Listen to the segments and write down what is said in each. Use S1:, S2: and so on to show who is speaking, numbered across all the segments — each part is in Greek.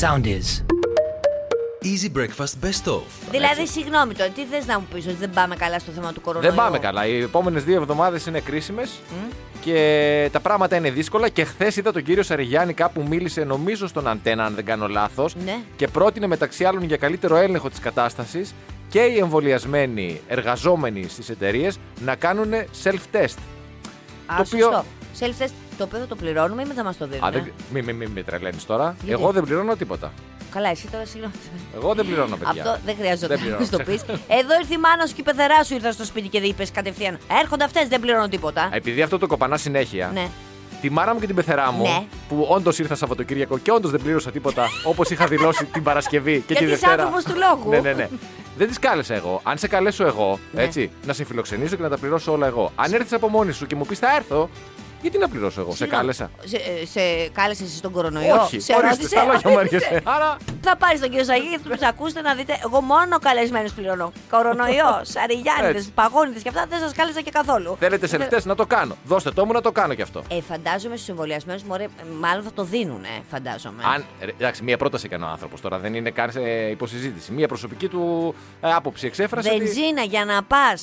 S1: Sound is.
S2: Easy breakfast best of.
S3: Δηλαδή, συγγνώμη τώρα, τι θες να μου πεις ότι δεν πάμε καλά στο θέμα του κορονοϊού.
S4: Δεν πάμε καλά. Οι επόμενες δύο εβδομάδες είναι κρίσιμες και τα πράγματα είναι δύσκολα. Και χθες είδα τον κύριο Σαριγιάννη κάπου μίλησε, νομίζω, στον Αντένα, αν δεν κάνω λάθος.
S3: Ναι.
S4: Και πρότεινε μεταξύ άλλων για καλύτερο έλεγχο της κατάστασης και οι εμβολιασμένοι εργαζόμενοι στις εταιρείες να κάνουν self-test.
S3: Α,
S4: το
S3: το
S4: οποίο-
S3: σωστό. Self-test, το οποίο θα το πληρώνουμε ή δεν θα μας το δίνουν. ε?
S4: Α, δεν... Μην μη, μη, με τρελαίνεις τώρα.
S3: Γιατί?
S4: Εγώ δεν πληρώνω τίποτα.
S3: Καλά, εσύ τώρα συγγνώμη.
S4: Εγώ δεν πληρώνω, παιδιά.
S3: Αυτό δεν χρειάζεται
S4: Δεν
S3: να
S4: πληρώνω.
S3: το πεις. Εδώ ήρθε η μάνα σου και η πεθερά σου ήρθα στο σπίτι και δεν είπες κατευθείαν. Έρχονται αυτές, δεν πληρώνω τίποτα.
S4: Επειδή αυτό το κοπανά συνέχεια.
S3: Ναι.
S4: Τη μάρα μου και την πεθερά μου,
S3: Ναι.
S4: που όντως ήρθα Σαββατοκύριακο και όντως δεν πλήρωσα τίποτα όπως είχα δηλώσει την Παρασκευή και
S3: Γιατί
S4: τη
S3: είσαι
S4: Δευτέρα.
S3: άνθρωπος του λόγου.
S4: ναι, ναι, ναι. Δεν τις κάλεσα εγώ. Αν σε καλέσω εγώ,
S3: Ναι.
S4: έτσι, να σε φιλοξενήσω και να τα πληρώσω όλα εγώ. Αν έρθεις από μόνη σου και μου πεις θα έρθω, γιατί να πληρώσω εγώ, σε
S3: Συγγνώμη.
S4: κάλεσα.
S3: Σε, ε, σε κάλεσες εσύ τον κορονοϊό.
S4: Όχι,
S3: σε
S4: ορίστε,
S3: ρώτησε,
S4: στα λόγια μου
S3: ρώτησε.
S4: έρχεσαι. Άρα,
S3: Θα πάρεις τον κύριο Σαγίδη, τους ακούσετε να δείτε. Εγώ μόνο καλεσμένους πληρώνω. Κορονοϊό, αριγιάνιδε,
S4: Έτσι.
S3: παγόνιδες και αυτά δεν σας κάλεσα και καθόλου.
S4: θέλετε σε λεφτέ να το κάνω. Δώστε το μου να το κάνω κι αυτό.
S3: Ε, φαντάζομαι στους εμβολιασμένους, μάλλον θα το δίνουν, ε, φαντάζομαι.
S4: Αν, ρε, εντάξει, μία πρόταση έκανε ο άνθρωπος τώρα, δεν είναι καν ε, υποσυζήτηση. Μία προσωπική του ε, άποψη εξέφρασε. ότι
S3: Βενζίνα για να πα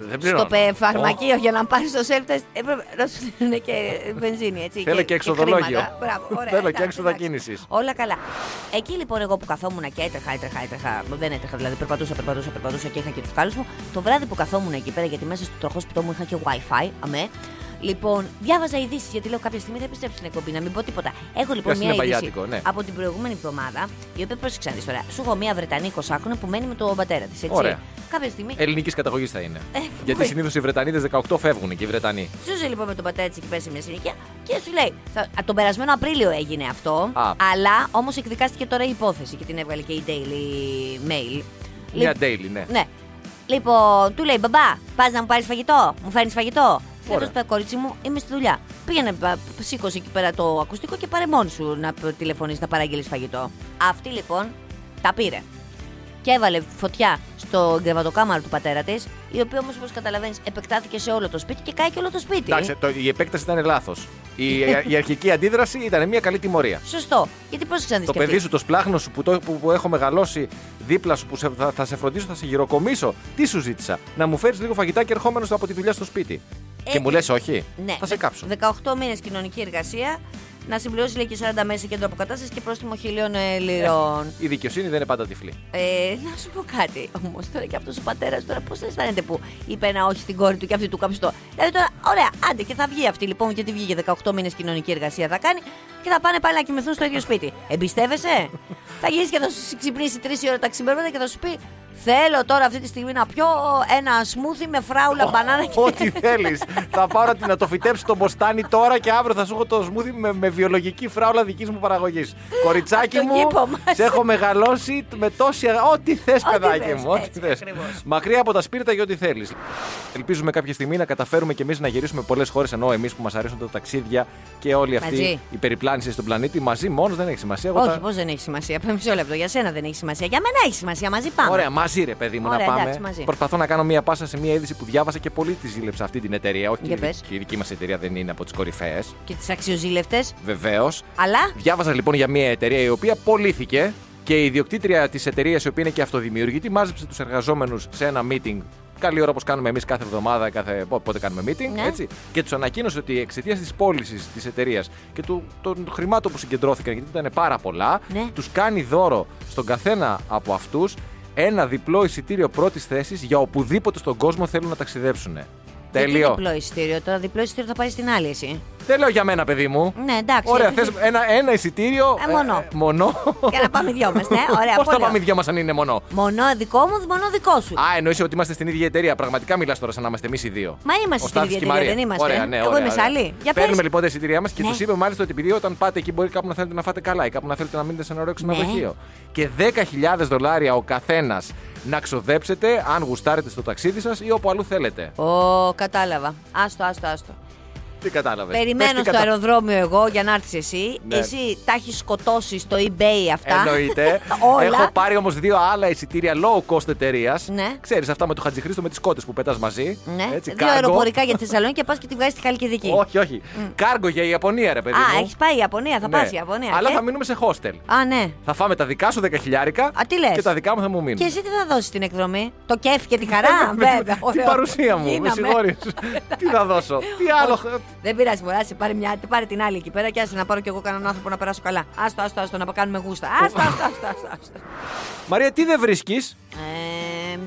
S4: δεν πληρώνω.
S3: στο πε- φαρμακείο
S4: Ω,
S3: για να πάρεις το self-test, έπρεπε να σου δίνουν και βενζίνη, έτσι.
S4: Θέλω και εξοδολόγιο.
S3: χρήματα. Μπράβο, ωραία,
S4: Θέλω και
S3: εντάξει,
S4: έξοδα
S3: εντάξει.
S4: κίνησης.
S3: Όλα καλά. Εκεί λοιπόν εγώ που καθόμουν και έτρεχα, έτρεχα, έτρεχα. Δεν έτρεχα, δηλαδή περπατούσα, περπατούσα, περπατούσα και είχα και τους κάλους μου. Το βράδυ που καθόμουν εκεί πέρα, γιατί μέσα στο τροχό σπιτό μου είχα και WiFi, αμέ. Λοιπόν, διάβαζα ειδήσεις γιατί λέω κάποια στιγμή θα επιστρέψω στην εκπομπή, να μην πω τίποτα. Έχω λοιπόν
S4: Λες,
S3: μια
S4: είναι
S3: είδηση
S4: βαγιάτικο, ναι.
S3: από την προηγούμενη εβδομάδα, η οποία πρόσεξα τη τώρα. Σου έχω μια Βρετανή 20χρονη που μένει με τον πατέρα της, έτσι.
S4: Ωραία.
S3: Κάποια στιγμή
S4: Ελληνικής καταγωγής θα είναι.
S3: Ε,
S4: Γιατί
S3: μπορεί.
S4: συνήθως οι Βρετανίδες 18 φεύγουν και οι Βρετανοί.
S3: Ζούσε λοιπόν με τον πατέρα της εκεί πέρα σε μια συνοικία και σου λέει. Θα, α, τον περασμένο Απρίλιο έγινε αυτό.
S4: Α.
S3: Αλλά όμως εκδικάστηκε τώρα η υπόθεση και την έβγαλε και η Daily Mail.
S4: Μια
S3: Λι-
S4: daily, ναι.
S3: Ναι. Λοιπόν, του λέει μπαμπά, πας να μου πάρεις φαγητό, μου φέρνεις φαγητό.
S4: Ωραία.
S3: Λέω του κορίτσι μου, είμαι στη δουλειά. Πήγαινε, μπα, σήκωσε εκεί πέρα το ακουστικό και πάρε μόνη σου να π- τηλεφωνήσει, να παραγγείλεις φαγητό. Αυτή λοιπόν τα πήρε. Και έβαλε φωτιά στο κρεβατοκάμαρο του πατέρα της, η οποία όμως, όπως καταλαβαίνεις, επεκτάθηκε σε όλο το σπίτι και κάει και όλο το σπίτι.
S4: Εντάξει, το- η επέκταση ήταν λάθος. Η, η αρχική αντίδραση ήταν μια καλή τιμωρία.
S3: Σωστό. Γιατί πρόσεξε να δεις
S4: Το
S3: και αυτή.
S4: παιδί σου, το σπλάχνο σου που, το, που, που έχω μεγαλώσει δίπλα σου, που σε- θα, θα σε φροντίσω, θα σε γυροκομίσω. Τι σου ζήτησα, Να μου φέρεις λίγο φαγητάκι ερχόμενος από τη δουλειά στο σπίτι.
S3: Ε,
S4: και μου λες, Όχι,
S3: Ναι,
S4: θα σε κάψω.
S3: 18 μήνες κοινωνική εργασία, να συμπληρώσεις λέει και 40 μέσα σε κέντρο αποκατάστασης και πρόστιμο χιλίων ε, λιρών.
S4: Η δικαιοσύνη δεν είναι πάντα τυφλή.
S3: Ε, να σου πω κάτι όμως. Τώρα και αυτός ο πατέρας τώρα πώς αισθάνεται που είπε ένα όχι στην κόρη του και αυτή του κάψει το. Δηλαδή τώρα, ωραία, άντε και θα βγει αυτή λοιπόν, γιατί βγήκε 18 μήνες κοινωνική εργασία θα κάνει και θα πάνε πάλι να κοιμηθούν στο ίδιο σπίτι. Εμπιστεύεσαι. θα γυρίσει και θα σου ξυπνήσει 3 ώρα τα ξημερώματα και θα σου πει Θέλω τώρα αυτή τη στιγμή να πιω ένα σμούθι με φράουλα, μπανάνα και
S4: Ό,τι θέλεις. θα πάρω την, να το φυτέψω το μποστάνι τώρα και αύριο θα σου έχω το σμούδι με, με βιολογική φράουλα δικής μου παραγωγής. Κοριτσάκι
S3: Από τον
S4: μου,
S3: κήπο μας.
S4: σε έχω μεγαλώσει με τόση. αγάπη. Ό,τι θες,
S3: Ό,τι
S4: παιδάκι
S3: θες,
S4: μου. Ό,τι
S3: έτσι
S4: θες.
S3: ακριβώς.
S4: Μακριά από τα σπίρτα και ό,τι θέλεις. Ελπίζουμε κάποια στιγμή να καταφέρουμε κι εμείς να γυρίσουμε πολλές χώρες ενώ εμείς που μας αρέσουν τα ταξίδια και όλη αυτή
S3: Μαζί.
S4: η περιπλάνηση στον πλανήτη μαζί μόνος δεν έχει σημασία. Εγώ
S3: Όχι,
S4: τα-
S3: πώς δεν έχει σημασία. Πάμε μισό λεπτό. Για σένα δεν έχει σημασία. Για μένα έχει σημασία. Μαζί πάμε.
S4: Ωραία, μαζί ρε παιδί μου
S3: Ωραία,
S4: να πάμε.
S3: εντάξει, μαζί.
S4: Προσπαθώ να κάνω μία πάσα σε μία είδηση που διάβασα και πολύ τη ζήλεψα αυτή την εταιρεία. Όχι,
S3: Για
S4: και η-
S3: πες.
S4: και η δική μας εταιρεία δεν είναι από τις κορυφαίες.
S3: Και τις αξιοζήλευτες.
S4: Βεβαίως.
S3: Αλλά.
S4: Διάβαζα λοιπόν για μια εταιρεία η οποία πωλήθηκε και η ιδιοκτήτρια της εταιρείας, η οποία είναι και αυτοδημιουργητή, μάζεψε τους εργαζόμενους σε ένα meeting. Καλή ώρα όπως κάνουμε εμείς κάθε εβδομάδα, κάθε πο- πότε κάνουμε meeting.
S3: Ναι.
S4: Έτσι, και τους ανακοίνωσε ότι εξαιτίας της πώλησης της εταιρείας και του, των χρημάτων που συγκεντρώθηκαν, γιατί ήταν πάρα πολλά,
S3: Ναι.
S4: τους κάνει δώρο στον καθένα από αυτούς ένα διπλό εισιτήριο πρώτης θέσης για οπουδήποτε στον κόσμο θέλουν να ταξιδέψουν.
S3: Γιατί
S4: Τέλειο.
S3: Διπλό εισιτήριο. Τώρα διπλό εισιτήριο θα πάρει στην άλλη εσύ.
S4: Τέλειο για μένα, παιδί μου.
S3: Ναι, εντάξει.
S4: Ωραία,
S3: γιατί-
S4: θες ένα, ένα εισιτήριο.
S3: Ε, μόνο.
S4: μονό.
S3: Και να πάμε δυο μας, ναι. Ωραία,
S4: Πώς θα
S3: πολύ
S4: πάμε οι
S3: ωραία.
S4: δυο μας αν είναι μονό.
S3: Μονό δικό μου, μονό δικό σου.
S4: Α, εννοείς ότι είμαστε στην ίδια εταιρεία. Πραγματικά μιλάς τώρα σαν να είμαστε εμείς οι δύο.
S3: Μα είμαστε στην
S4: Ο Στάθης
S3: ίδια
S4: και η
S3: εταιρεία,
S4: Μαρία.
S3: δεν είμαστε.
S4: Ωραία, ναι,
S3: Εγώ
S4: ωραία,
S3: είμαι σε
S4: ωραία.
S3: άλλη. Για
S4: Παίρνουμε
S3: πες.
S4: λοιπόν τα εισιτήριά μας και
S3: Ναι.
S4: τους είπαμε μάλιστα ότι επειδή όταν πάτε εκεί μπορεί κάπου να θέλετε να φάτε καλά ή κάπου να θέλετε να μείνετε σε ένα ωραίο
S3: Ναι.
S4: ξενοδοχείο. Και 10.000 δολάρια ο καθένας να ξοδέψετε αν γουστάρετε στο ταξίδι σας ή όπου αλλού θέλετε.
S3: Ω, κατάλαβα. Άστο, άστο, άστο.
S4: Τι κατάλαβες.
S3: Περιμένω στο αεροδρόμιο εγώ για να έρθεις εσύ.
S4: Ναι.
S3: Εσύ τα έχεις σκοτώσει στο eBay αυτά.
S4: Εννοείται.
S3: Όλα.
S4: Έχω πάρει όμως δύο άλλα εισιτήρια low cost εταιρείας.
S3: Ναι.
S4: Ξέρεις αυτά με το Χατζηχρήστο με τις κότες που πετά μαζί.
S3: Ναι.
S4: Έτσι,
S3: Δύο
S4: cargo.
S3: αεροπορικά για τη Θεσσαλονίκη και πας και τη βγάζεις στη Χαλκιδική.
S4: Όχι, όχι. Κάργο για Ιαπωνία, ρε παιδί.
S3: Α,
S4: μου.
S3: έχεις πάει η Ιαπωνία, θα
S4: Ναι.
S3: πας πα Ιαπωνία.
S4: Αλλά
S3: και-
S4: θα μείνουμε σε hostel.
S3: Α, ναι.
S4: Θα φάμε τα δικά σου δεκαχιλιάρικα
S3: Α, τι λες?
S4: και τα δικά μου θα μου μείνουν.
S3: Και εσύ τι θα δώσεις την εκδρομή, Το κέφι και τη χαρά,
S4: Με- με-
S3: βέβαια.
S4: Την
S3: ωραίο.
S4: παρουσία μου, με
S3: Γίναμε.
S4: συγχωρείς. Τι θα δώσω. Τι άλλο.
S3: Δεν πειράζει, μπορεί να σε πάρει, μια, πάρει την άλλη εκεί πέρα και άσε να πάρω κι εγώ κανέναν άνθρωπο να περάσω καλά. Άστο, άστο, άστο, να κάνουμε γούστα. Άστο, άστο, άστο. άστο, άστο.
S4: Μαρία, τι δεν βρίσκεις.
S3: Ε, ε,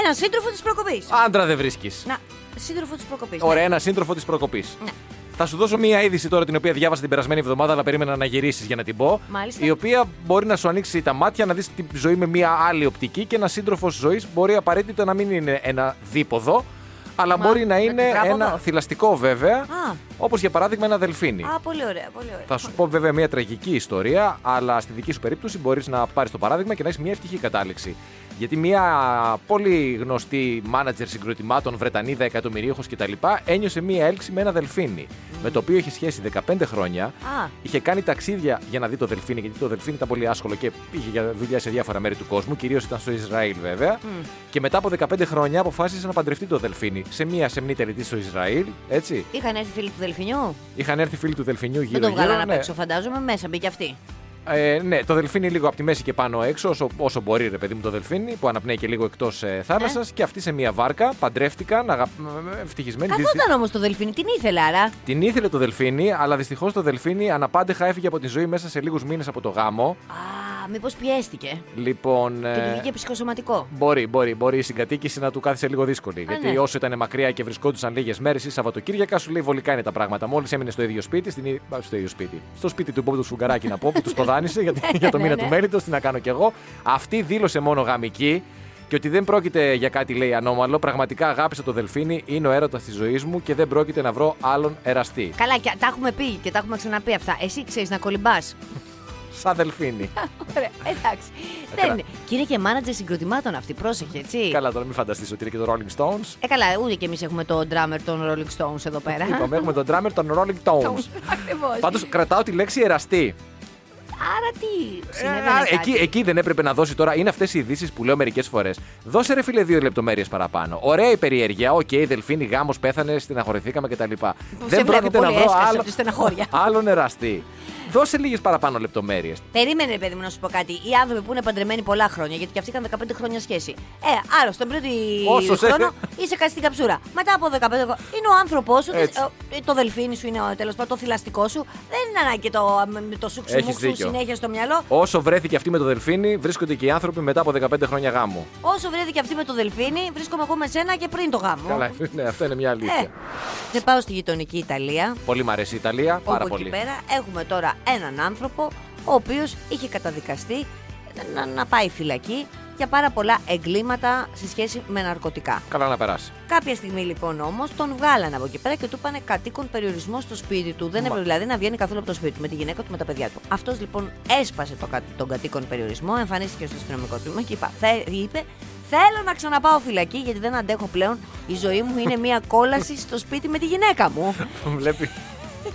S3: έναν σύντροφο της προκοπής.
S4: Άντρα δεν βρίσκεις.
S3: Να, σύντροφο της προκοπής.
S4: Ωραία, ένα σύντροφο της προκοπής.
S3: Ναι.
S4: Θα σου δώσω μία είδηση τώρα την οποία διάβασα την περασμένη εβδομάδα, αλλά περίμενα να γυρίσεις για να την πω.
S3: Μάλιστα.
S4: Η οποία μπορεί να σου ανοίξει τα μάτια, να δεις τη ζωή με μία άλλη οπτική και ένα σύντροφος ζωής μπορεί απαραίτητα να μην είναι ένα δίποδο, αλλά
S3: Μα,
S4: μπορεί να
S3: με
S4: είναι
S3: τετράποδο.
S4: ένα θηλαστικό βέβαια,
S3: Α.
S4: όπως για παράδειγμα ένα δελφίνι.
S3: ναι. Α, πολύ ωραία, πολύ ωραία.
S4: ναι. Θα σου πω βέβαια μια τραγική ιστορία, αλλά στη δική σου περίπτωση μπορείς να πάρεις το παράδειγμα και να έχεις μια ευτυχή κατάληξη. Γιατί μια πολύ γνωστή μάνατζερ συγκροτημάτων, Βρετανίδα, εκατομμυρίουχο κτλ., ένιωσε μια έλξη με ένα δελφίνι, με το οποίο είχε σχέση 15 χρόνια.
S3: Α,
S4: Είχε κάνει ταξίδια για να δει το δελφίνι, γιατί το δελφίνι ήταν πολύ άσχολο και πήγε για δουλειά σε διάφορα μέρη του κόσμου, κυρίως ήταν στο Ισραήλ βέβαια. Και μετά από 15 χρόνια αποφάσισε να παντρευτεί το δελφίνι σε μια σεμνή τελετή στο Ισραήλ, έτσι.
S3: είχαν έρθει φίλοι του Δελφινιού.
S4: Είχαν έρθει φίλοι του δελφινιού γύρω
S3: Δεν το βγάλανε
S4: ναι.
S3: απ' έξω, φαντάζομαι. Μέσα μπήκε αυτή.
S4: Ε, ναι, το δελφίνι λίγο από τη μέση και πάνω έξω, όσο, όσο μπορεί, ρε παιδί μου, το δελφίνι, που αναπνέει και λίγο εκτός ε, θάλασσας. Και αυτή σε μία βάρκα παντρεύτηκαν, αγα... ε, ε, ευτυχισμένοι.
S3: Καθόταν όμως το Δελφινί, την ήθελε άρα.
S4: Την ήθελε το δελφίνι, αλλά δυστυχώς το δελφίνι αναπάντεχα έφυγε από τη ζωή μέσα σε λίγους μήνες από το γάμο.
S3: Α, μήπως πιέστηκε.
S4: Λοιπόν.
S3: Και του
S4: ε,
S3: βγήκε ψυχοσωματικό.
S4: Μπορεί, μπορεί, μπορεί η συγκατοίκηση να του κάθισε λίγο δύσκολη. γιατί
S3: ναι.
S4: όσο ήταν μακριά και βρισκόντουσαν λίγες μέρες ή Σαββατοκύριακα, σου λέει βολικά είναι τα πράγματα. Μόλις έμεινε στο ίδιο σπίτι, στην... ί- α, στο ίδιο σπίτι. Στο σπίτι του Μπόμπου του Σφουγγαράκη να πω, που του το δάνεισε γιατί, για το
S3: ναι,
S4: μήνα
S3: ναι.
S4: του μέλητο, τι να κάνω κι εγώ. Αυτή δήλωσε μόνο γαμική και ότι δεν πρόκειται για κάτι λέει ανώμαλο. Πραγματικά αγάπησα το δελφίνι, είναι ο έρωτας της ζωής μου και δεν πρόκειται να βρω άλλον εραστή.
S3: Καλά, και τα έχουμε πει και τα έχουμε ξαναπεί αυτά. Εσύ ξέρεις να κολυμπάς.
S4: Σαν δελφίνι.
S3: Ωραία, εντάξει. Δεν
S4: Ε, Καλά. Ε,
S3: είναι. Και είναι και μάνατζερ συγκροτημάτων αυτή, πρόσεχε, έτσι.
S4: Καλά, τώρα μην φανταστείς ότι είναι και το Rolling Stones.
S3: Ε, καλά, ούτε κι εμείς έχουμε το drummer των Rolling Stones εδώ πέρα.
S4: Ε,
S3: ε.
S4: Είπαμε, έχουμε τον drummer των Rolling Stones.
S3: Ακριβώς.
S4: Πάντως κρατάω τη λέξη εραστή.
S3: Άρα τι.
S4: Ε,
S3: Συνέβαινε
S4: α,
S3: κάτι.
S4: εκεί, εκεί δεν έπρεπε να δώσει τώρα. Είναι αυτές οι ειδήσεις που λέω μερικές φορές. Δώσε ρε φίλε δύο λεπτομέρειες παραπάνω. Ωραία η περιέργεια. Οκ, η δελφίνη γάμος πέθανε, στεναχωρηθήκαμε κτλ.
S3: βλέπω,
S4: Δεν πρόκειται να
S3: πολύ
S4: βρω
S3: έσκασε από
S4: άλλο,
S3: τη στεναχώρια.
S4: άλλον εραστή. Δώσε λίγες παραπάνω λεπτομέρειες.
S3: Περίμενε, ρε παιδί μου, να σου πω κάτι. Οι άνθρωποι που είναι παντρεμένοι πολλά χρόνια, γιατί και αυτοί είχαν 15 χρόνια σχέση. Ε, άρα στον πρώτο
S4: Όσο σε-
S3: χρόνο είσαι κάτι στην καψούρα. Μετά από 15 χρόνια είναι ο άνθρωπός σου,
S4: Έτσι.
S3: ε, το δελφίνι σου είναι τέλος πάντων το θηλαστικό σου. Δεν είναι ανάγκη και το, με το
S4: Έχεις
S3: σουξιμούξου
S4: δίκιο.
S3: συνέχεια στο μυαλό.
S4: Όσο βρέθηκε αυτή με το δελφίνι, βρίσκονται και οι άνθρωποι μετά από 15 χρόνια γάμου.
S3: Όσο βρέθηκε αυτή με το δελφίνι, βρίσκομαι εγώ με σένα και πριν το γάμο.
S4: Καλά, ναι, αυτό είναι μια αλήθεια.
S3: Ε, δεν πάω στη γειτονική Ιταλία.
S4: Πολύ μ' αρέσει η Ιταλία, πάρα
S3: όπου
S4: πολύ.
S3: εκεί πέρα έχουμε τώρα έναν άνθρωπο ο οποίος είχε καταδικαστεί να, να πάει φυλακή για πάρα πολλά εγκλήματα σε σχέση με ναρκωτικά.
S4: Καλά να περάσει.
S3: Κάποια στιγμή λοιπόν όμως τον βγάλανε από εκεί πέρα και του είπανε κατοίκον περιορισμό στο σπίτι του. Δεν
S4: Μα.
S3: έπρεπε δηλαδή να βγαίνει καθόλου από το σπίτι του με τη γυναίκα του, με τα παιδιά του. Αυτός λοιπόν έσπασε το, κα- τον κατοίκον περιορισμό, εμφανίστηκε στο αστυνομικό τμήμα και είπα, «Θε- είπε: Θέλω να ξαναπάω φυλακή γιατί δεν αντέχω πλέον. Η ζωή μου είναι μια κόλαση στο σπίτι με τη γυναίκα μου.
S4: Βλέπει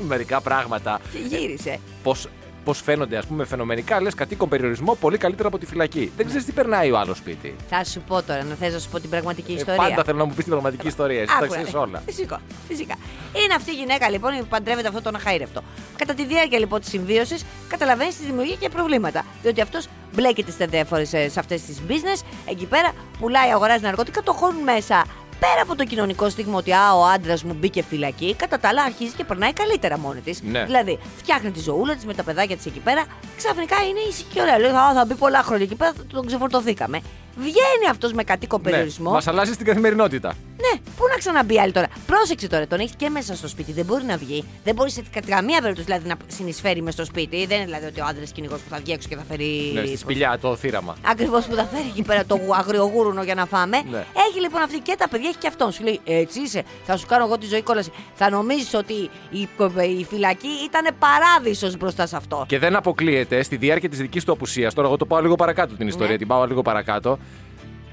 S4: μερικά πράγματα.
S3: Και γύρισε.
S4: πώς πώς φαίνονται, ας πούμε, φαινομενικά, λες κατοίκον περιορισμό πολύ καλύτερα από τη φυλακή. Δεν ξέρεις τι περνάει ο άλλος σπίτι.
S3: Θα σου πω τώρα, να θες να σου πω την πραγματική
S4: Ε,
S3: ιστορία.
S4: πάντα θέλω να μου πεις την πραγματική ιστορία. Εσύ τα
S3: Άκουρα,
S4: ξέρεις
S3: ρε.
S4: όλα.
S3: ε, Φυσικό, φυσικά. Είναι αυτή η γυναίκα λοιπόν που παντρεύεται αυτόν τον αχαήρευτο. Κατά τη διάρκεια λοιπόν της συμβίωσης, καταλαβαίνεις τη δημιουργία και προβλήματα. Διότι αυτός μπλέκεται σε διάφορε σε αυτές τις business. Εκεί πέρα πουλάει, αγοράζει ναρκωτικά, το χώνουν μέσα. Πέρα από το κοινωνικό στίγμα ότι α, ο άντρας μου μπήκε φυλακή, κατά τα άλλα αρχίζει και περνάει καλύτερα μόνη της.
S4: Ναι.
S3: Δηλαδή, φτιάχνει τη ζωούλα της με τα παιδάκια της εκεί πέρα, ξαφνικά είναι ήσυχη και ωραία. Λέει, «Α, θα μπει πολλά χρόνια εκεί πέρα, θα τον ξεφορτωθήκαμε. Βγαίνει αυτός με κατοίκον
S4: Ναι,
S3: περιορισμό.
S4: Μας αλλάζει την καθημερινότητα.
S3: Ναι, πού να ξαναμπεί άλλη τώρα. Πρόσεξε τώρα, τον έχει και μέσα στο σπίτι. Δεν μπορεί να βγει. Δεν μπορεί σε κα- καμία περίπτωση δηλαδή, να συνεισφέρει μες στο σπίτι. Δεν είναι δηλαδή ότι ο άντρας κυνηγός που θα βγει έξω και θα φέρει.
S4: Ναι, στη σπηλιά, το θύραμα.
S3: Ακριβώς που θα φέρει εκεί πέρα το γου- αγριογούρουνο για να φάμε.
S4: Ναι.
S3: Έχει λοιπόν αυτή και τα παιδιά, έχει και αυτόν. Σου λέει Έτσι είσαι, θα σου κάνω εγώ τη ζωή κόλαση. Θα νομίζεις ότι η, η φυλακή ήταν παράδεισος μπροστά σε αυτό.
S4: Και δεν αποκλείεται στη διάρκεια της δικής του απουσίας. Τώρα, εγώ το πάω λίγο παρακάτω την ιστορία,
S3: Ναι.
S4: την πάω λίγο παρακάτω.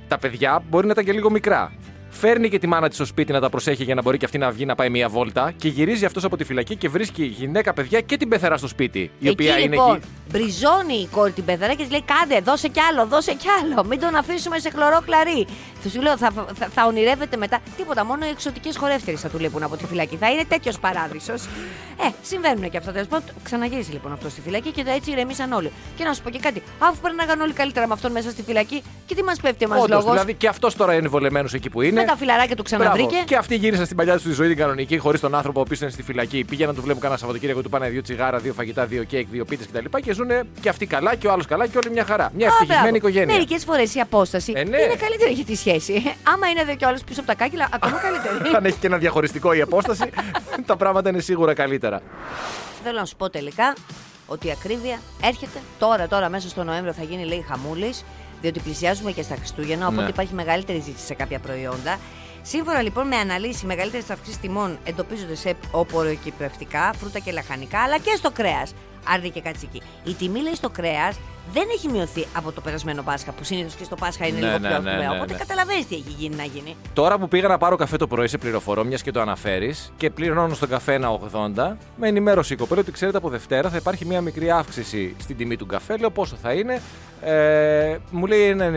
S4: Τα παιδιά μπορεί να ήταν και λίγο μικρά. Φέρνει και τη μάνα της στο σπίτι να τα προσέχει για να μπορεί και αυτή να βγει να πάει μία βόλτα. Και γυρίζει αυτός από τη φυλακή και βρίσκει γυναίκα, παιδιά και την πεθερά στο σπίτι. Η
S3: Εκεί
S4: οποία είναι
S3: λοιπόν,
S4: εκεί.
S3: μπριζώνει η κόρη την πεθαρά και της λέει: Κάντε, δώσε κι άλλο, δώσε κι άλλο. Μην τον αφήσουμε σε χλωρό κλαρί. Θα σου λέω: Θα, θα, θα ονειρεύεται μετά. Τίποτα, μόνο οι εξωτικές χορεύτερε θα του λείπουν από τη φυλακή. Θα είναι τέτοιος παράδεισος. Ε, συμβαίνουν και αυτά. Τέλο πάντων, ξαναγύρισε λοιπόν αυτό στη φυλακή και έτσι ηρεμήσαν όλοι. Και να σου πω και κάτι: Αφού περνάγαν όλοι καλύτερα με αυτόν μέσα στη φυλακή, και τι μας πέφτει εμά
S4: Όντως,
S3: λόγος.
S4: δηλαδή και αυτός τώρα είναι βολεμένος εκεί που είναι.
S3: Με τα φιλαράκια του
S4: Μπράβο.
S3: ξαναβρήκε.
S4: Και αυτή γύρισαν στην παλιά του ζωή την κανονική, χωρίς τον άνθρωπο ο οποίος είναι στη φυλακή. Πήγαν να του βλέπουν κανένα Σαββατοκύριακο, του πάνε δύο τσιγάρα, δύο φαγητά, δύο κέικ, δύο πίτσε κτλ. Και ζουν και αυτοί καλά και ο άλλος καλά και όλοι μια χαρά. Μια ευτυχισμένη οικογένεια.
S3: Μερικές φορές η απόσταση
S4: Ε, ναι.
S3: είναι καλύτερη για τη σχέση. Άμα είναι εδώ κι ο άλλος πίσω από τα κάκυλα, ακόμα καλύτερη.
S4: Αν έχει και ένα διαχωριστικό η απόσταση, τα πράγματα είναι σίγουρα καλύτερα.
S3: Θέλω να σου πω τελικά ότι η ακρίβεια έρχεται τώρα, τώρα μέσα στο Νοέμβριο θα γίνει λέει χαμούλης, διότι πλησιάζουμε και στα Χριστούγεννα, οπότε
S4: Ναι.
S3: υπάρχει μεγαλύτερη ζήτηση σε κάποια προϊόντα. Σύμφωνα λοιπόν με αναλύσει, μεγαλύτερε αυξήσει τιμών εντοπίζονται σε οποροκυπευτικά, φρούτα και λαχανικά, αλλά και στο κρέας. Άρδη και κατσική. Η τιμή λέει στο κρέας δεν έχει μειωθεί από το περασμένο Πάσχα, που συνήθως και στο Πάσχα είναι
S4: Ναι,
S3: λίγο πιο
S4: ναι, ναι,
S3: αυξημένο.
S4: ναι,
S3: οπότε
S4: ναι.
S3: καταλαβαίνεις τι έχει γίνει να γίνει.
S4: Τώρα που πήγα να πάρω καφέ το πρωί, σε πληροφορώ, μιας και το αναφέρεις, και πληρώνω στον καφέ ένα 80, με ενημέρωσε η κοπέλα ότι ξέρετε από Δευτέρα θα υπάρχει μια μικρή αύξηση στην τιμή του καφέ. Λέω πόσο θα είναι. Ε, μου λέει ένα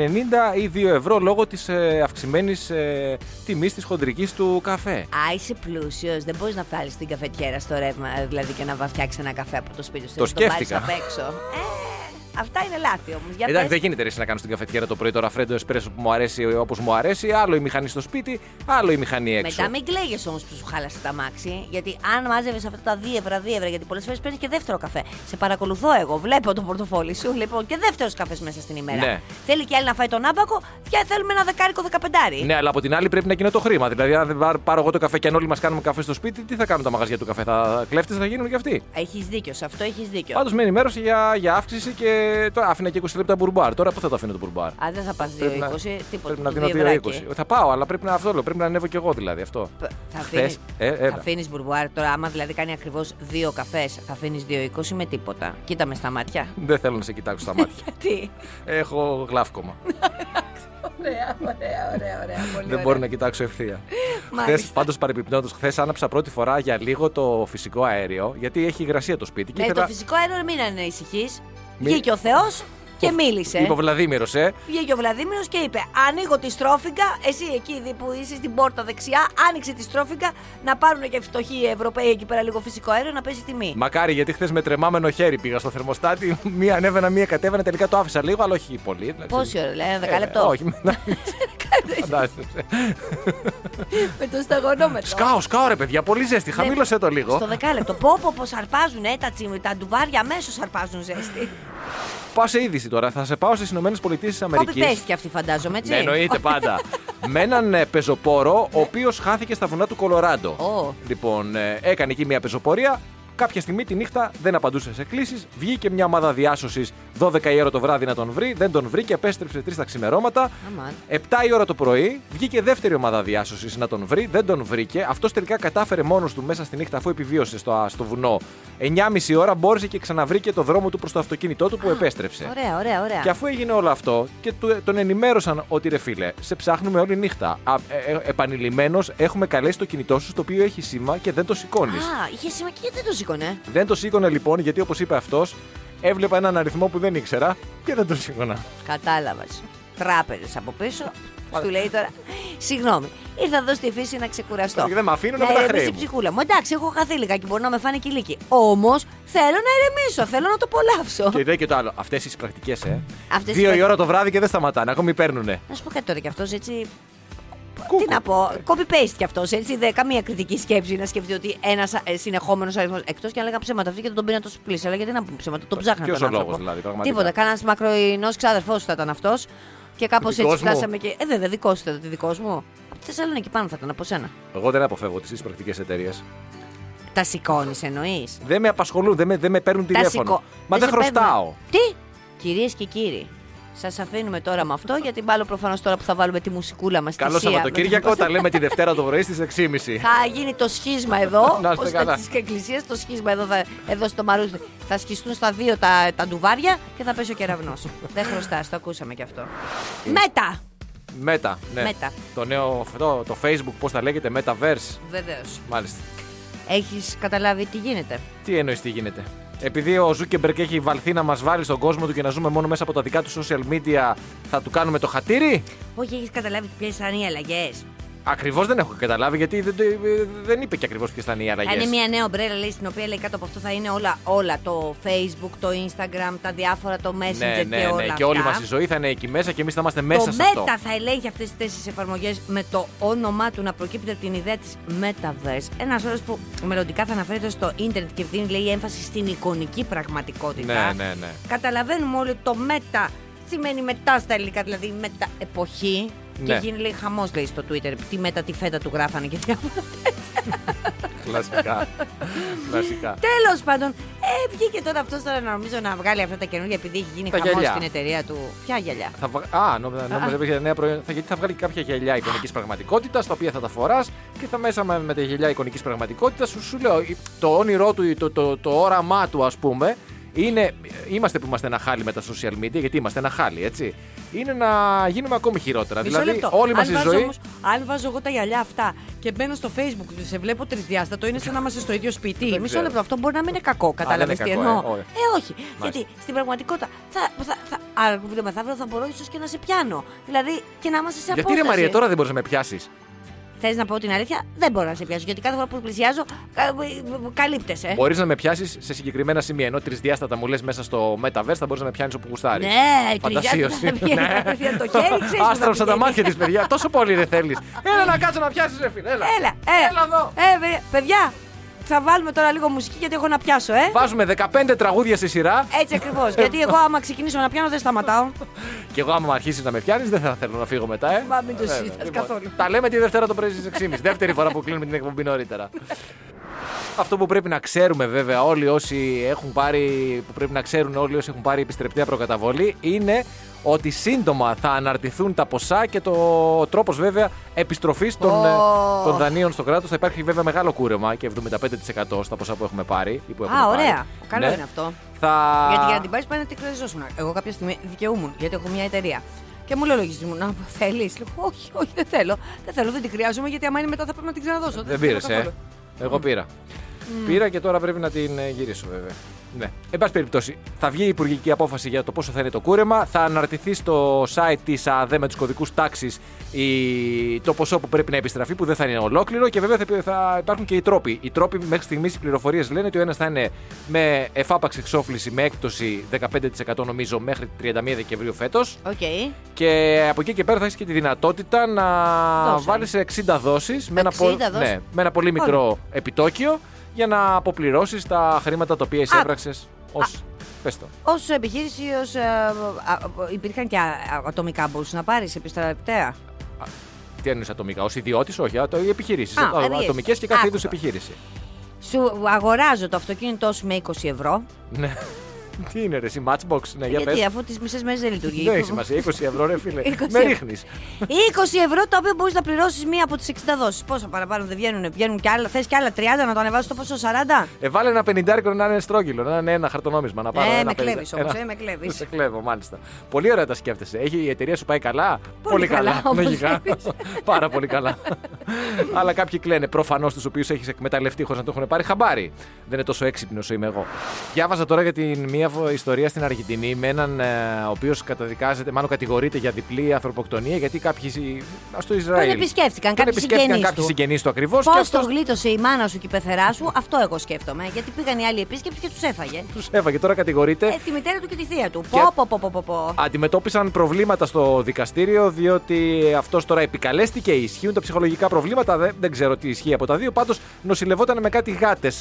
S4: 90 ή 2 ευρώ λόγω της ε, αυξημένης ε, τιμής της χοντρικής του καφέ.
S3: Α, είσαι πλούσιος. Δεν μπορείς να βάλει την καφετιέρα στο ρεύμα, ε, δηλαδή και να φτιάξει ένα καφέ από το σπίτι σου.
S4: Το
S3: να πάρεις
S4: σκέφτηκα.
S3: απ' έξω. Ε, αυτά είναι λάθη όμως. Για
S4: Εντάξει,
S3: πες.
S4: δεν γίνεται ρε, εσύ να κάνω την καφετιέρα το πρωί τώρα φρέντο εσπρέσο που μου αρέσει όπως μου αρέσει, άλλο η μηχανή στο σπίτι, άλλο η μηχανή έξω.
S3: Μετά μην κλαίγε όμως που σου χάλασε τα μάξι. Γιατί αν μάζευες αυτά τα δίευρα, δίευρα, γιατί πολλές φορές παίρνεις και δεύτερο καφέ. Σε παρακολουθώ εγώ, βλέπω το πορτοφόλι σου. Λοιπόν, και δεύτερος καφές μέσα στην ημέρα.
S4: Ναι.
S3: Θέλει και άλλη να φάει τον άμπακο, και θέλουμε ένα δεκάρικο δεκαπεντάρι.
S4: Ναι, αλλά από την άλλη πρέπει να κοινώ το χρήμα. Δηλαδή, αν δεν πάρ- πάρω εγώ το καφέ και αν όλοι μας κάνουμε καφέ στο σπίτι, τι θα κάνουν τα μαγαζιά του καφέ. Θα κλέφτες, θα γίνουν και αυτοί.
S3: Έχεις δίκιο, σε αυτό έχεις δίκιο.
S4: Πάντως με ενημέρωσε για, για αύξηση και το άφηνα και 20 λεπτά μπουρμπάρ. Τώρα πού θα το αφήνω το μπουρμπάρ.
S3: Α, δεν θα πας 2-20,
S4: Πρέπει να-
S3: τίποτα.
S4: Πρέπει να
S3: το
S4: δίνω
S3: διευράκι.
S4: 2-20. Θα πάω, αλλά πρέπει να αυτό λέω. Πρέπει να ανέβω κι εγώ δηλαδή αυτό.
S3: Π- Θα
S4: Χθες,
S3: αφήνει
S4: ε, έλα.
S3: μπουρμπουάρ τώρα. Άμα δηλαδή κάνει ακριβώς δύο καφές, θα αφήνεις δύο είκοσι με τίποτα. Κοίτα με στα μάτια.
S4: Δεν θέλω να σε κοιτάξω στα μάτια.
S3: Τι.
S4: Έχω γλαύκομα.
S3: Ωραία, ωραία, ωραία. ωραία πολύ
S4: Δεν μπορώ να κοιτάξω ευθεία. Χθες,
S3: Μάλιστα.
S4: πάντως παρεμπιπτόντω, χθες άναψα πρώτη φορά για λίγο το φυσικό αέριο, γιατί έχει υγρασία το σπίτι. και
S3: Με
S4: ήθελα-
S3: Ναι, το φυσικό αέριο μην ανησυχείς.
S4: Μη-
S3: Βγήκε ο Θεός και μίλησε.
S4: Είπε ο Βλαδίμηρος, ε.
S3: Βγήκε ο Βλαδίμηρος και είπε: Ανοίγω τη στρόφιγγα. Εσύ εκεί δι- που είσαι στην πόρτα δεξιά, άνοιξε τη στρόφιγγα να πάρουν και φτωχοί οι Ευρωπαίοι εκεί πέρα λίγο φυσικό αέριο να πέσει η τιμή.
S4: Μακάρι, γιατί χθες με τρεμάμενο χέρι πήγα στο θερμοστάτι. Μία ανέβαινα, μία κατέβαινα. Τελικά το άφησα λίγο, αλλά όχι πολύ. εντάξει.
S3: Πόση ώρα, λέει, ένα
S4: Ε,
S3: δεκάλεπτο.
S4: όχι, μετά. Φαντάζεσαι.
S3: με το σταγονόμετρο.
S4: Σκάω, σκάω ρε παιδιά, πολύ ζέστη.
S3: Ναι,
S4: Χαμήλωσε το λίγο.
S3: Στο δεκάλεπτο. Πω, πω, πω σαρπάζουν ε, τα, τσιμ, τα ντουβάρια αμέσως σαρπάζουν ζέστη.
S4: Πάω σε είδηση τώρα. Θα σε πάω στις Ηνωμένες Πολιτείες της
S3: Κόπη
S4: Αμερική.
S3: πέσει και αυτή, φαντάζομαι, έτσι.
S4: Ναι, εννοείται πάντα. με έναν ε, πεζοπόρο, ο οποίος χάθηκε στα βουνά του Κολοράντο.
S3: Ω.
S4: Λοιπόν, ε, έκανε εκεί μια πεζοπορία. Κάποια στιγμή τη νύχτα δεν απαντούσε σε κλήσεις. Βγήκε μια ομάδα διάσωσης 12 η ώρα το βράδυ να τον βρει. Δεν τον βρήκε, επέστρεψε 3 τα ξημερώματα.
S3: Αμάν.
S4: 7 η ώρα το πρωί βγήκε δεύτερη ομάδα διάσωσης να τον βρει. Δεν τον βρήκε. Αυτός τελικά κατάφερε μόνος του μέσα στη νύχτα αφού επιβίωσε στο, στο βουνό. 9,5 ώρα μπόρεσε και ξαναβρήκε το δρόμο του προς το αυτοκίνητό του που επέστρεψε.
S3: Ωραία, ωραία, ωραία.
S4: Και αφού έγινε όλο αυτό και του- τον ενημέρωσαν ότι ρε φίλε, σε ψάχνουμε όλη νύχτα. Α, ε, ε, επανειλημμένως, έχουμε καλέσει το κινητό σου, το οποίο έχει σήμα και δεν το σηκώνεις.
S3: Α, είχε σήμα και γιατί δεν το σήκωνε.
S4: Δεν το σήκωνε λοιπόν, γιατί όπως είπε αυτός, έβλεπα έναν αριθμό που δεν ήξερα και δεν το σήκωνα.
S3: Κατάλαβα. Τράπεζες από πίσω. Του λέει τώρα. Συγγνώμη, ήρθα εδώ στη φύση να ξεκουραστώ.
S4: Και δεν με αφήνουν να
S3: Να
S4: με τα
S3: ηρεμήσει
S4: χρέη
S3: η
S4: μου.
S3: ψυχούλα μου. Εντάξει, έχω χαθεί λιγάκι, μπορεί να με φάνε κυλίκι. Όμως θέλω να ηρεμήσω, θέλω να το απολαύσω.
S4: και λέει και το άλλο. Αυτές οι πρακτικές, ε.
S3: Αυτές οι
S4: δύο η
S3: πρακτικές.
S4: ώρα το βράδυ και δεν σταματάνε. Ακόμη παίρνουνε.
S3: Να σου πω κάτι τώρα κι αυτός έτσι.
S4: Κούκου.
S3: Τι να πω, copy paste κι αυτός έτσι. Δεν καμία κριτική σκέψη να σκεφτεί ότι ε, ένα συνεχόμενος αριθμός. Εκτός και αν λέγανε ψέματα αυτοί και δεν τον πήραν τόσο πλήση. Αλλά γιατί να πούμε ψέματα, τον ψάχναν.
S4: Ποιος
S3: τον
S4: ο λόγος,
S3: άνθρωπο.
S4: δηλαδή, πραγματικά.
S3: Τίποτα. Κάνα μακροεινό ξάδερφός θα ήταν αυτός. Και κάπως έτσι
S4: Δικός μου.
S3: φτάσαμε και. Ε, βέβαια, δικό σου ήταν, τι δικός μου. Από τη Θεσσαλονίκη πάνω θα ήταν από σένα.
S4: Εγώ δεν αποφεύγω τις πρακτικέ εταιρείες.
S3: Τα σηκώνεις εννοείς.
S4: Δεν με απασχολούν, δεν με, δεν με παίρνουν
S3: Τα
S4: τηλέφωνο.
S3: σηκώ.
S4: Μα δεν
S3: σε παίρνουν.
S4: χρωστάω.
S3: Τι, κυρίες και κύριοι. Σας αφήνουμε τώρα με αυτό γιατί μπάλω προφανώς τώρα που θα βάλουμε τη μουσικούλα μας.
S4: Καλό Σαββατοκύριακο, τα λέμε τη Δευτέρα το πρωί στις 6.30.
S3: Θα γίνει το σχίσμα εδώ.
S4: Να είστε
S3: Όπω
S4: καλά.
S3: στα τη εκκλησίας, το σχίσμα εδώ, θα, εδώ στο Μαρούθι. Θα σχιστούν στα δύο τα, τα ντουβάρια και θα πέσει ο κεραυνό. Δεν χρωστάς, το ακούσαμε κι αυτό. Μέτα!
S4: Μέτα. Ναι.
S3: Meta.
S4: Το νέο αυτό, το Facebook, πώς τα λέγεται, Metaverse.
S3: Βεβαίως.
S4: Μάλιστα.
S3: Έχεις καταλάβει τι γίνεται.
S4: Τι εννοείς τι γίνεται. Επειδή ο Ζούκεμπερκ έχει βαλθεί να μας βάλει στον κόσμο του και να ζούμε μόνο μέσα από τα δικά του social media, θα του κάνουμε το χατήρι.
S3: Όχι, έχεις καταλάβει ποιες θα είναι οι αλλαγές.
S4: Ακριβώς δεν έχω καταλάβει γιατί δεν, το- δεν είπε και ακριβώς ποιες θα είναι οι
S3: Θα
S4: αλλαγέ.
S3: είναι μια νέα ομπρέλα, λέει, στην οποία λέει κάτω από αυτό θα είναι όλα, όλα. Το Facebook, το Instagram, τα διάφορα, το Messenger
S4: Ναι, ναι,
S3: και όλα.
S4: ναι.
S3: αυτά.
S4: Και όλη μας η ζωή θα είναι εκεί μέσα και εμείς θα είμαστε μέσα
S3: το
S4: σε αυτό.
S3: Meta θα ελέγχει αυτές τις τέσσερις εφαρμογές με το όνομά του να προκύπτει από την ιδέα της Metaverse. Ένας όρος που μελλοντικά θα αναφέρεται στο ίντερνετ και δίνει λέει έμφαση στην εικονική πραγματικότητα.
S4: Ναι, ναι, ναι.
S3: Καταλαβαίνουμε όλοι ότι το Meta σημαίνει μετά στα ελληνικά, δηλαδή μετά εποχή.
S4: Ναι.
S3: Και γίνει λέει χαμός λέει στο Twitter. Τι μετά τη φέτα του γράφανε και διάφορα.
S4: Κλασικά. Κλασικά.
S3: Τέλος πάντων, ε, βγήκε τώρα αυτός τώρα να νομίζω να βγάλει αυτά τα καινούργια επειδή έχει γίνει
S4: Τα
S3: χαμός
S4: γυαλιά.
S3: στην εταιρεία του. Ποια γυαλιά.
S4: Θα βγα- Α, νόμιζα νόμιζα ότι είχε νέα προϊόντα. Θα- Γιατί θα βγάλει κάποια γυαλιά εικονικής πραγματικότητας, τα οποία θα τα φοράς και θα μέσα με, με τα γυαλιά εικονικής πραγματικότητας σου, σου λέω η- το όνειρό του, ή το, το, το όραμά του, ας πούμε, είναι. Είμαστε που είμαστε ένα χάλι με τα social media, γιατί είμαστε ένα χάλι, έτσι. Είναι να γίνουμε ακόμη χειρότερα.
S3: Μισό
S4: δηλαδή,
S3: λεπτό.
S4: όλη μας
S3: Αν
S4: η
S3: βάζω
S4: ζωή.
S3: όμως- αν βάζω εγώ τα γυαλιά αυτά και μπαίνω στο Facebook και σε βλέπω τρισδιάστατο, είναι σαν να είμαστε στο ίδιο σπίτι.
S4: Δεν
S3: Μισό
S4: ξέρω.
S3: λεπτό. Αυτό μπορεί να μην είναι κακό. Κατάλαβε
S4: δεν
S3: τι
S4: είναι
S3: εννοώ.
S4: κακό,
S3: Ε,
S4: ε, ωραία.
S3: όχι. Γιατί στην πραγματικότητα θα, θα, θα, άρα που βλέπουμε, μεθαύριο θα μπορώ ίσως και να σε πιάνω. Δηλαδή και να είμαστε σε απόσταση.
S4: Γιατί ρε Μαρία, τώρα δεν μπορείς να με πιάσεις.
S3: Θες να πω την αλήθεια, δεν μπορώ να σε πιάσω. Γιατί κάθε φορά που πλησιάζω, κα- ε, καλύπτεσαι.
S4: Μπορείς να με πιάσεις σε συγκεκριμένα σημεία. Ενώ τρισδιάστατα μου λες μέσα στο Metaverse θα μπορείς να με πιάνεις όπου γουστάρεις.
S3: Ναι,
S4: Φαντασίωση.
S3: τριδιάστατα πηγαίνει
S4: Ναι.
S3: κατευθείαν το χέρι, ξέρεις που θα
S4: Άστραψα τα
S3: πηγαίνει.
S4: μάτια της, παιδιά. Τόσο πολύ δεν θέλεις. Έλα να κάτσω να πιάσεις, ρε φίλε. Έλα.
S3: Έλα, ε,
S4: Έλα εδώ.
S3: ε, βε- παιδιά, θα βάλουμε τώρα λίγο μουσική γιατί έχω να πιάσω, ε.
S4: Βάζουμε 15 τραγούδια σε σειρά.
S3: Έτσι ακριβώς. γιατί εγώ, άμα ξεκινήσω να πιάνω, δεν σταματάω.
S4: Και εγώ, άμα αρχίσεις να με πιάνεις, δεν θα θέλω να φύγω μετά, ε.
S3: Μα μην το
S4: Ε, βέβαια.
S3: συζητάς
S4: Λοιπόν,
S3: καθόλου.
S4: Τα λέμε τη Δευτέρα το πρωί στις 6.30. Δεύτερη φορά που κλείνουμε την εκπομπή νωρίτερα. Αυτό που πρέπει να ξέρουμε βέβαια όλοι όσοι έχουν πάρει, που πρέπει να ξέρουν όλοι όσοι έχουν πάρει επιστρεπτέα προκαταβολή είναι ότι σύντομα θα αναρτηθούν τα ποσά και το τρόπος βέβαια επιστροφής των,
S3: Ω.
S4: ε, των δανείων στο κράτος. Θα υπάρχει βέβαια μεγάλο κούρεμα και 75% στα ποσά που έχουμε πάρει. Ή που έχουμε
S3: Α,
S4: πάρει.
S3: ωραία. Καλό
S4: Ναι.
S3: είναι αυτό.
S4: Θα...
S3: Γιατί για να την πάρεις πάνε να την χρειαζόσουν. Εγώ κάποια στιγμή δικαιούμουν, γιατί έχω μια εταιρεία. Και μου λέει ο λογιστής μου, να θέλεις. Λέω, όχι, όχι, δεν θέλω. Δεν θέλω, δεν τη χρειάζομαι, γιατί άμα είναι μετά θα πρέπει να την ξαναδώσω.
S4: Δεν
S3: θέλω
S4: πήρε, ε.
S3: καθόλου.
S4: Εγώ πήρα. Πήρα και τώρα πρέπει να την ε, γυρίσω, βέβαια. Ναι. Εν πάση περιπτώσει, θα βγει η υπουργική απόφαση για το πόσο θα είναι το κούρεμα. Θα αναρτηθεί στο site της ΑΔΕ με τους κωδικούς τάξης το ποσό που πρέπει να επιστραφεί, που δεν θα είναι ολόκληρο. Και βέβαια θα- θα υπάρχουν και οι τρόποι. Οι τρόποι μέχρι στιγμής οι πληροφορίες λένε ότι ο ένας θα είναι με εφάπαξη εξόφληση με έκπτωση 15% νομίζω μέχρι 31 Δεκεμβρίου φέτος.
S3: Οκ.
S4: Και από εκεί και πέρα θα έχεις και τη δυνατότητα να
S3: Δώσε.
S4: βάλει 60 δόσεις με, ένα
S3: 60
S4: πο-
S3: δόσεις.
S4: ναι, με ένα πολύ μικρό επιτόκιο για να αποπληρώσεις τα χρήματα τα οποία εσύ
S3: Α.
S4: έπραξε ως. Πες το.
S3: Ως επιχείρηση, ως. Υπήρχαν και α- α- ατομικά μπορούσες να πάρεις επιστρατευτέα.
S4: Τι εννοείς ατομικά, ως ιδιώτης, όχι, α, το- οι επιχειρήσεις.
S3: Α, δηλαδή,
S4: Ατομικές και κάθε
S3: άκου
S4: είδου
S3: τώρα.
S4: επιχείρηση.
S3: Σου αγοράζω το αυτοκίνητό σου με 20 ευρώ.
S4: Ναι. Τι είναι ρε, εσύ, matchbox, ναι, για
S3: Ε, γιατί
S4: πες.
S3: αφού τις μισές μέρες δεν λειτουργεί.
S4: Δεν έχει σημασία, 20 ευρώ ρε φίλε.
S3: 20
S4: Με
S3: ευρώ.
S4: ρίχνεις.
S3: 20 ευρώ τα οποία μπορείς να πληρώσεις μία από τις 60 δόσει. Πόσα παραπάνω δεν βγαίνουν, βγαίνουν κι άλλα. Θες κι άλλα 30 να το ανεβάσεις το πόσο 40.
S4: Ε, βάλε ένα πενιντάρικο να είναι στρόγγυλο, να είναι ένα χαρτονόμισμα. Να πάρω
S3: Ε,
S4: ένα
S3: με
S4: πενιντα-
S3: κλέβεις όμως,
S4: ένα-
S3: ε, με κλέβεις.
S4: Σε κλέβω, μάλιστα. Πολύ ωραία τα σκέφτεσαι. Έχει, η εταιρεία σου πάει καλά.
S3: καλά, όπως
S4: λογικά. Πάρα πολύ καλά. Αλλά κάποιοι κλαίνε προφανώς τους οποίους έχεις εκμεταλλευτεί χωρίς να το έχουν πάρει χαμπάρι. Δεν είναι τόσο έξυπνος είμαι εγώ. Διάβαζα τώρα για την μία βο- ιστορία στην Αργεντινή με έναν ε, ο οποίος καταδικάζεται, μάλλον κατηγορείται για διπλή ανθρωποκτονία γιατί κάποιοι. Ας το Ισραήλ.
S3: Τον επισκέφτηκαν
S4: Τον
S3: κάποιοι συγγενείς.
S4: κάποιοι συγγενείς του ακριβώς.
S3: Πώ το γλίτωσε η μάνα σου και η πεθερά σου, αυτό εγώ σκέφτομαι. Γιατί πήγαν οι άλλοι επίσκεψη και τους έφαγε.
S4: Τους έφαγε. Τώρα κατηγορείται.
S3: Ε, τη μητέρα του και τη θεία του.
S4: Και-
S3: Πω, πω, πω, πω, πω, πω.
S4: Αντιμετώπισαν προβλήματα στο δικαστήριο, διότι αυτός τώρα επικαλέστηκε. Ισχύουν τα ψυχολογικά προβλήματα. Δεν, δεν ξέρω τι ισχύει από τα δύο. Πάντως, νοσηλευόταν με κάτι γάτες,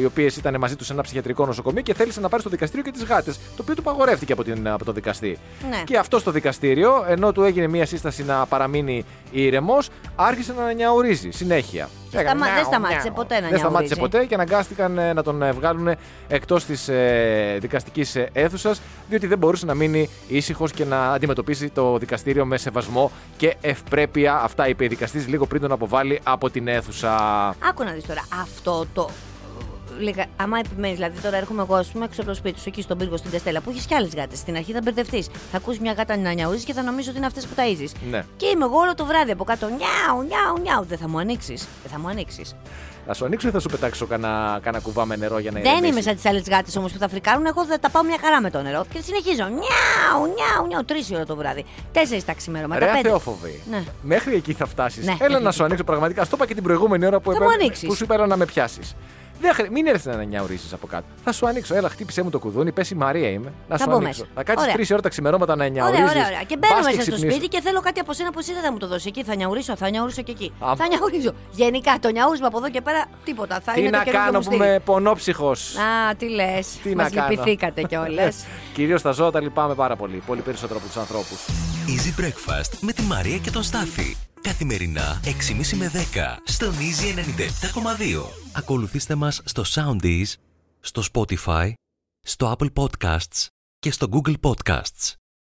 S4: οι οποίες ήταν μαζί του σε ένα ψυχιατρικό νοσοκομείο και θέλησε να πάρει στο δικαστήριο και τις γάτες. Το οποίο του παγορεύτηκε από, την, από το δικαστή.
S3: Ναι.
S4: Και αυτό στο δικαστήριο, ενώ του έγινε μία σύσταση να παραμείνει ηρεμό, άρχισε να νιαουρίζει συνέχεια.
S3: Και σταμα-
S4: Έκανε
S3: δεν
S4: νιάου,
S3: σταμάτησε
S4: νιάου.
S3: ποτέ να
S4: Δεν σταμάτησε
S3: νιαουρίζει.
S4: ποτέ και αναγκάστηκαν ε, να τον βγάλουν εκτός της ε, δικαστικής αίθουσας, διότι δεν μπορούσε να μείνει ήσυχος και να αντιμετωπίσει το δικαστήριο με σεβασμό και ευπρέπεια. Αυτά είπε η δικαστής λίγο πριν τον αποβάλει από την αίθουσα.
S3: Άκου να δεις τώρα. Αυτό το λίγα, άμα επιμένεις, δηλαδή τώρα έρχομαι εγώ, ας πούμε, έξω από το σπίτι σου, εκεί στον πύργο, στην Τεστέλα, που έχεις κι άλλες γάτες. Στην αρχή θα μπερδευτείς. Θα ακούς μια γάτα να νιαούζει και θα νομίζω ότι είναι αυτές που ταζει.
S4: Ναι.
S3: Και είμαι εγώ όλο το βράδυ από κάτω. Νιάου, νιάου, νιάου. Δεν θα μου ανοίξεις. Δεν θα μου ανοίξεις.
S4: Ε, Θα σου ανοίξω ή θα σου πετάξω κανένα, κανένα κουβά με νερό για να
S3: Δεν είμαι
S4: ηρεμήσεις?
S3: σαν τις άλλες γάτες όμως που θα φρικάρουν. Εγώ θα τα πάω μια χαρά με το νερό. Και συνεχίζω. Νιάου, νιάου, νιάου. Τρεις ώρα το βράδυ. Τέσσερις τα ξημερώματα.
S4: Ρε
S3: Πέντε.
S4: αθεόφοβη.
S3: Ναι.
S4: Μέχρι εκεί θα φτάσεις.
S3: Ναι.
S4: Έλα να σου ανοίξω πραγματικά. Στο είπα και την προηγούμενη ώρα που,
S3: Θα μου ανοίξεις.
S4: που σου είπα έλα να με πιάσεις. Μην έρθει να νιαουρίζει από κάτω. Θα σου ανοίξω. Έλα, χτύπησε μου το κουδούνι. Πες η Μαρία είμαι. Να
S3: Θα
S4: σου
S3: μπω
S4: ανοίξω.
S3: μέσα.
S4: Θα κάτσεις
S3: Ωραία.
S4: τρεις ώρα τα ξημερώματα να νιαουρίζει.
S3: Ωραία, ωραία, ωραία. Και μπαίνω μέσα στο σπίτι και θέλω κάτι από σένα που εσύ δεν θα μου το δώσεις. Εκεί θα νιαουρίσω, θα νιαουρίσω και εκεί.
S4: Α,
S3: Θα νιαουρίζω. Γενικά το νιαούρισμα από εδώ και πέρα τίποτα. Θα
S4: Τι
S3: είναι
S4: να
S3: το καινούργιο
S4: κάνω
S3: μου
S4: που
S3: στυλ.
S4: είμαι πονόψυχος.
S3: Α, τι λες.
S4: Τι
S3: Μα
S4: να κάνω.
S3: λυπηθήκατε κιόλας.
S4: Κυρίως τα ζώα τα λυπάμαι πάρα πολύ. Πολύ περισσότερο από τους ανθρώπους.
S2: Easy Breakfast με τη Μαρία και τον Στάφη. Καθημερινά 6.30 με 10 στον Easy 97.2. Ακολουθήστε μας στο Soundees, στο Spotify, στο Apple Podcasts και στο Google Podcasts.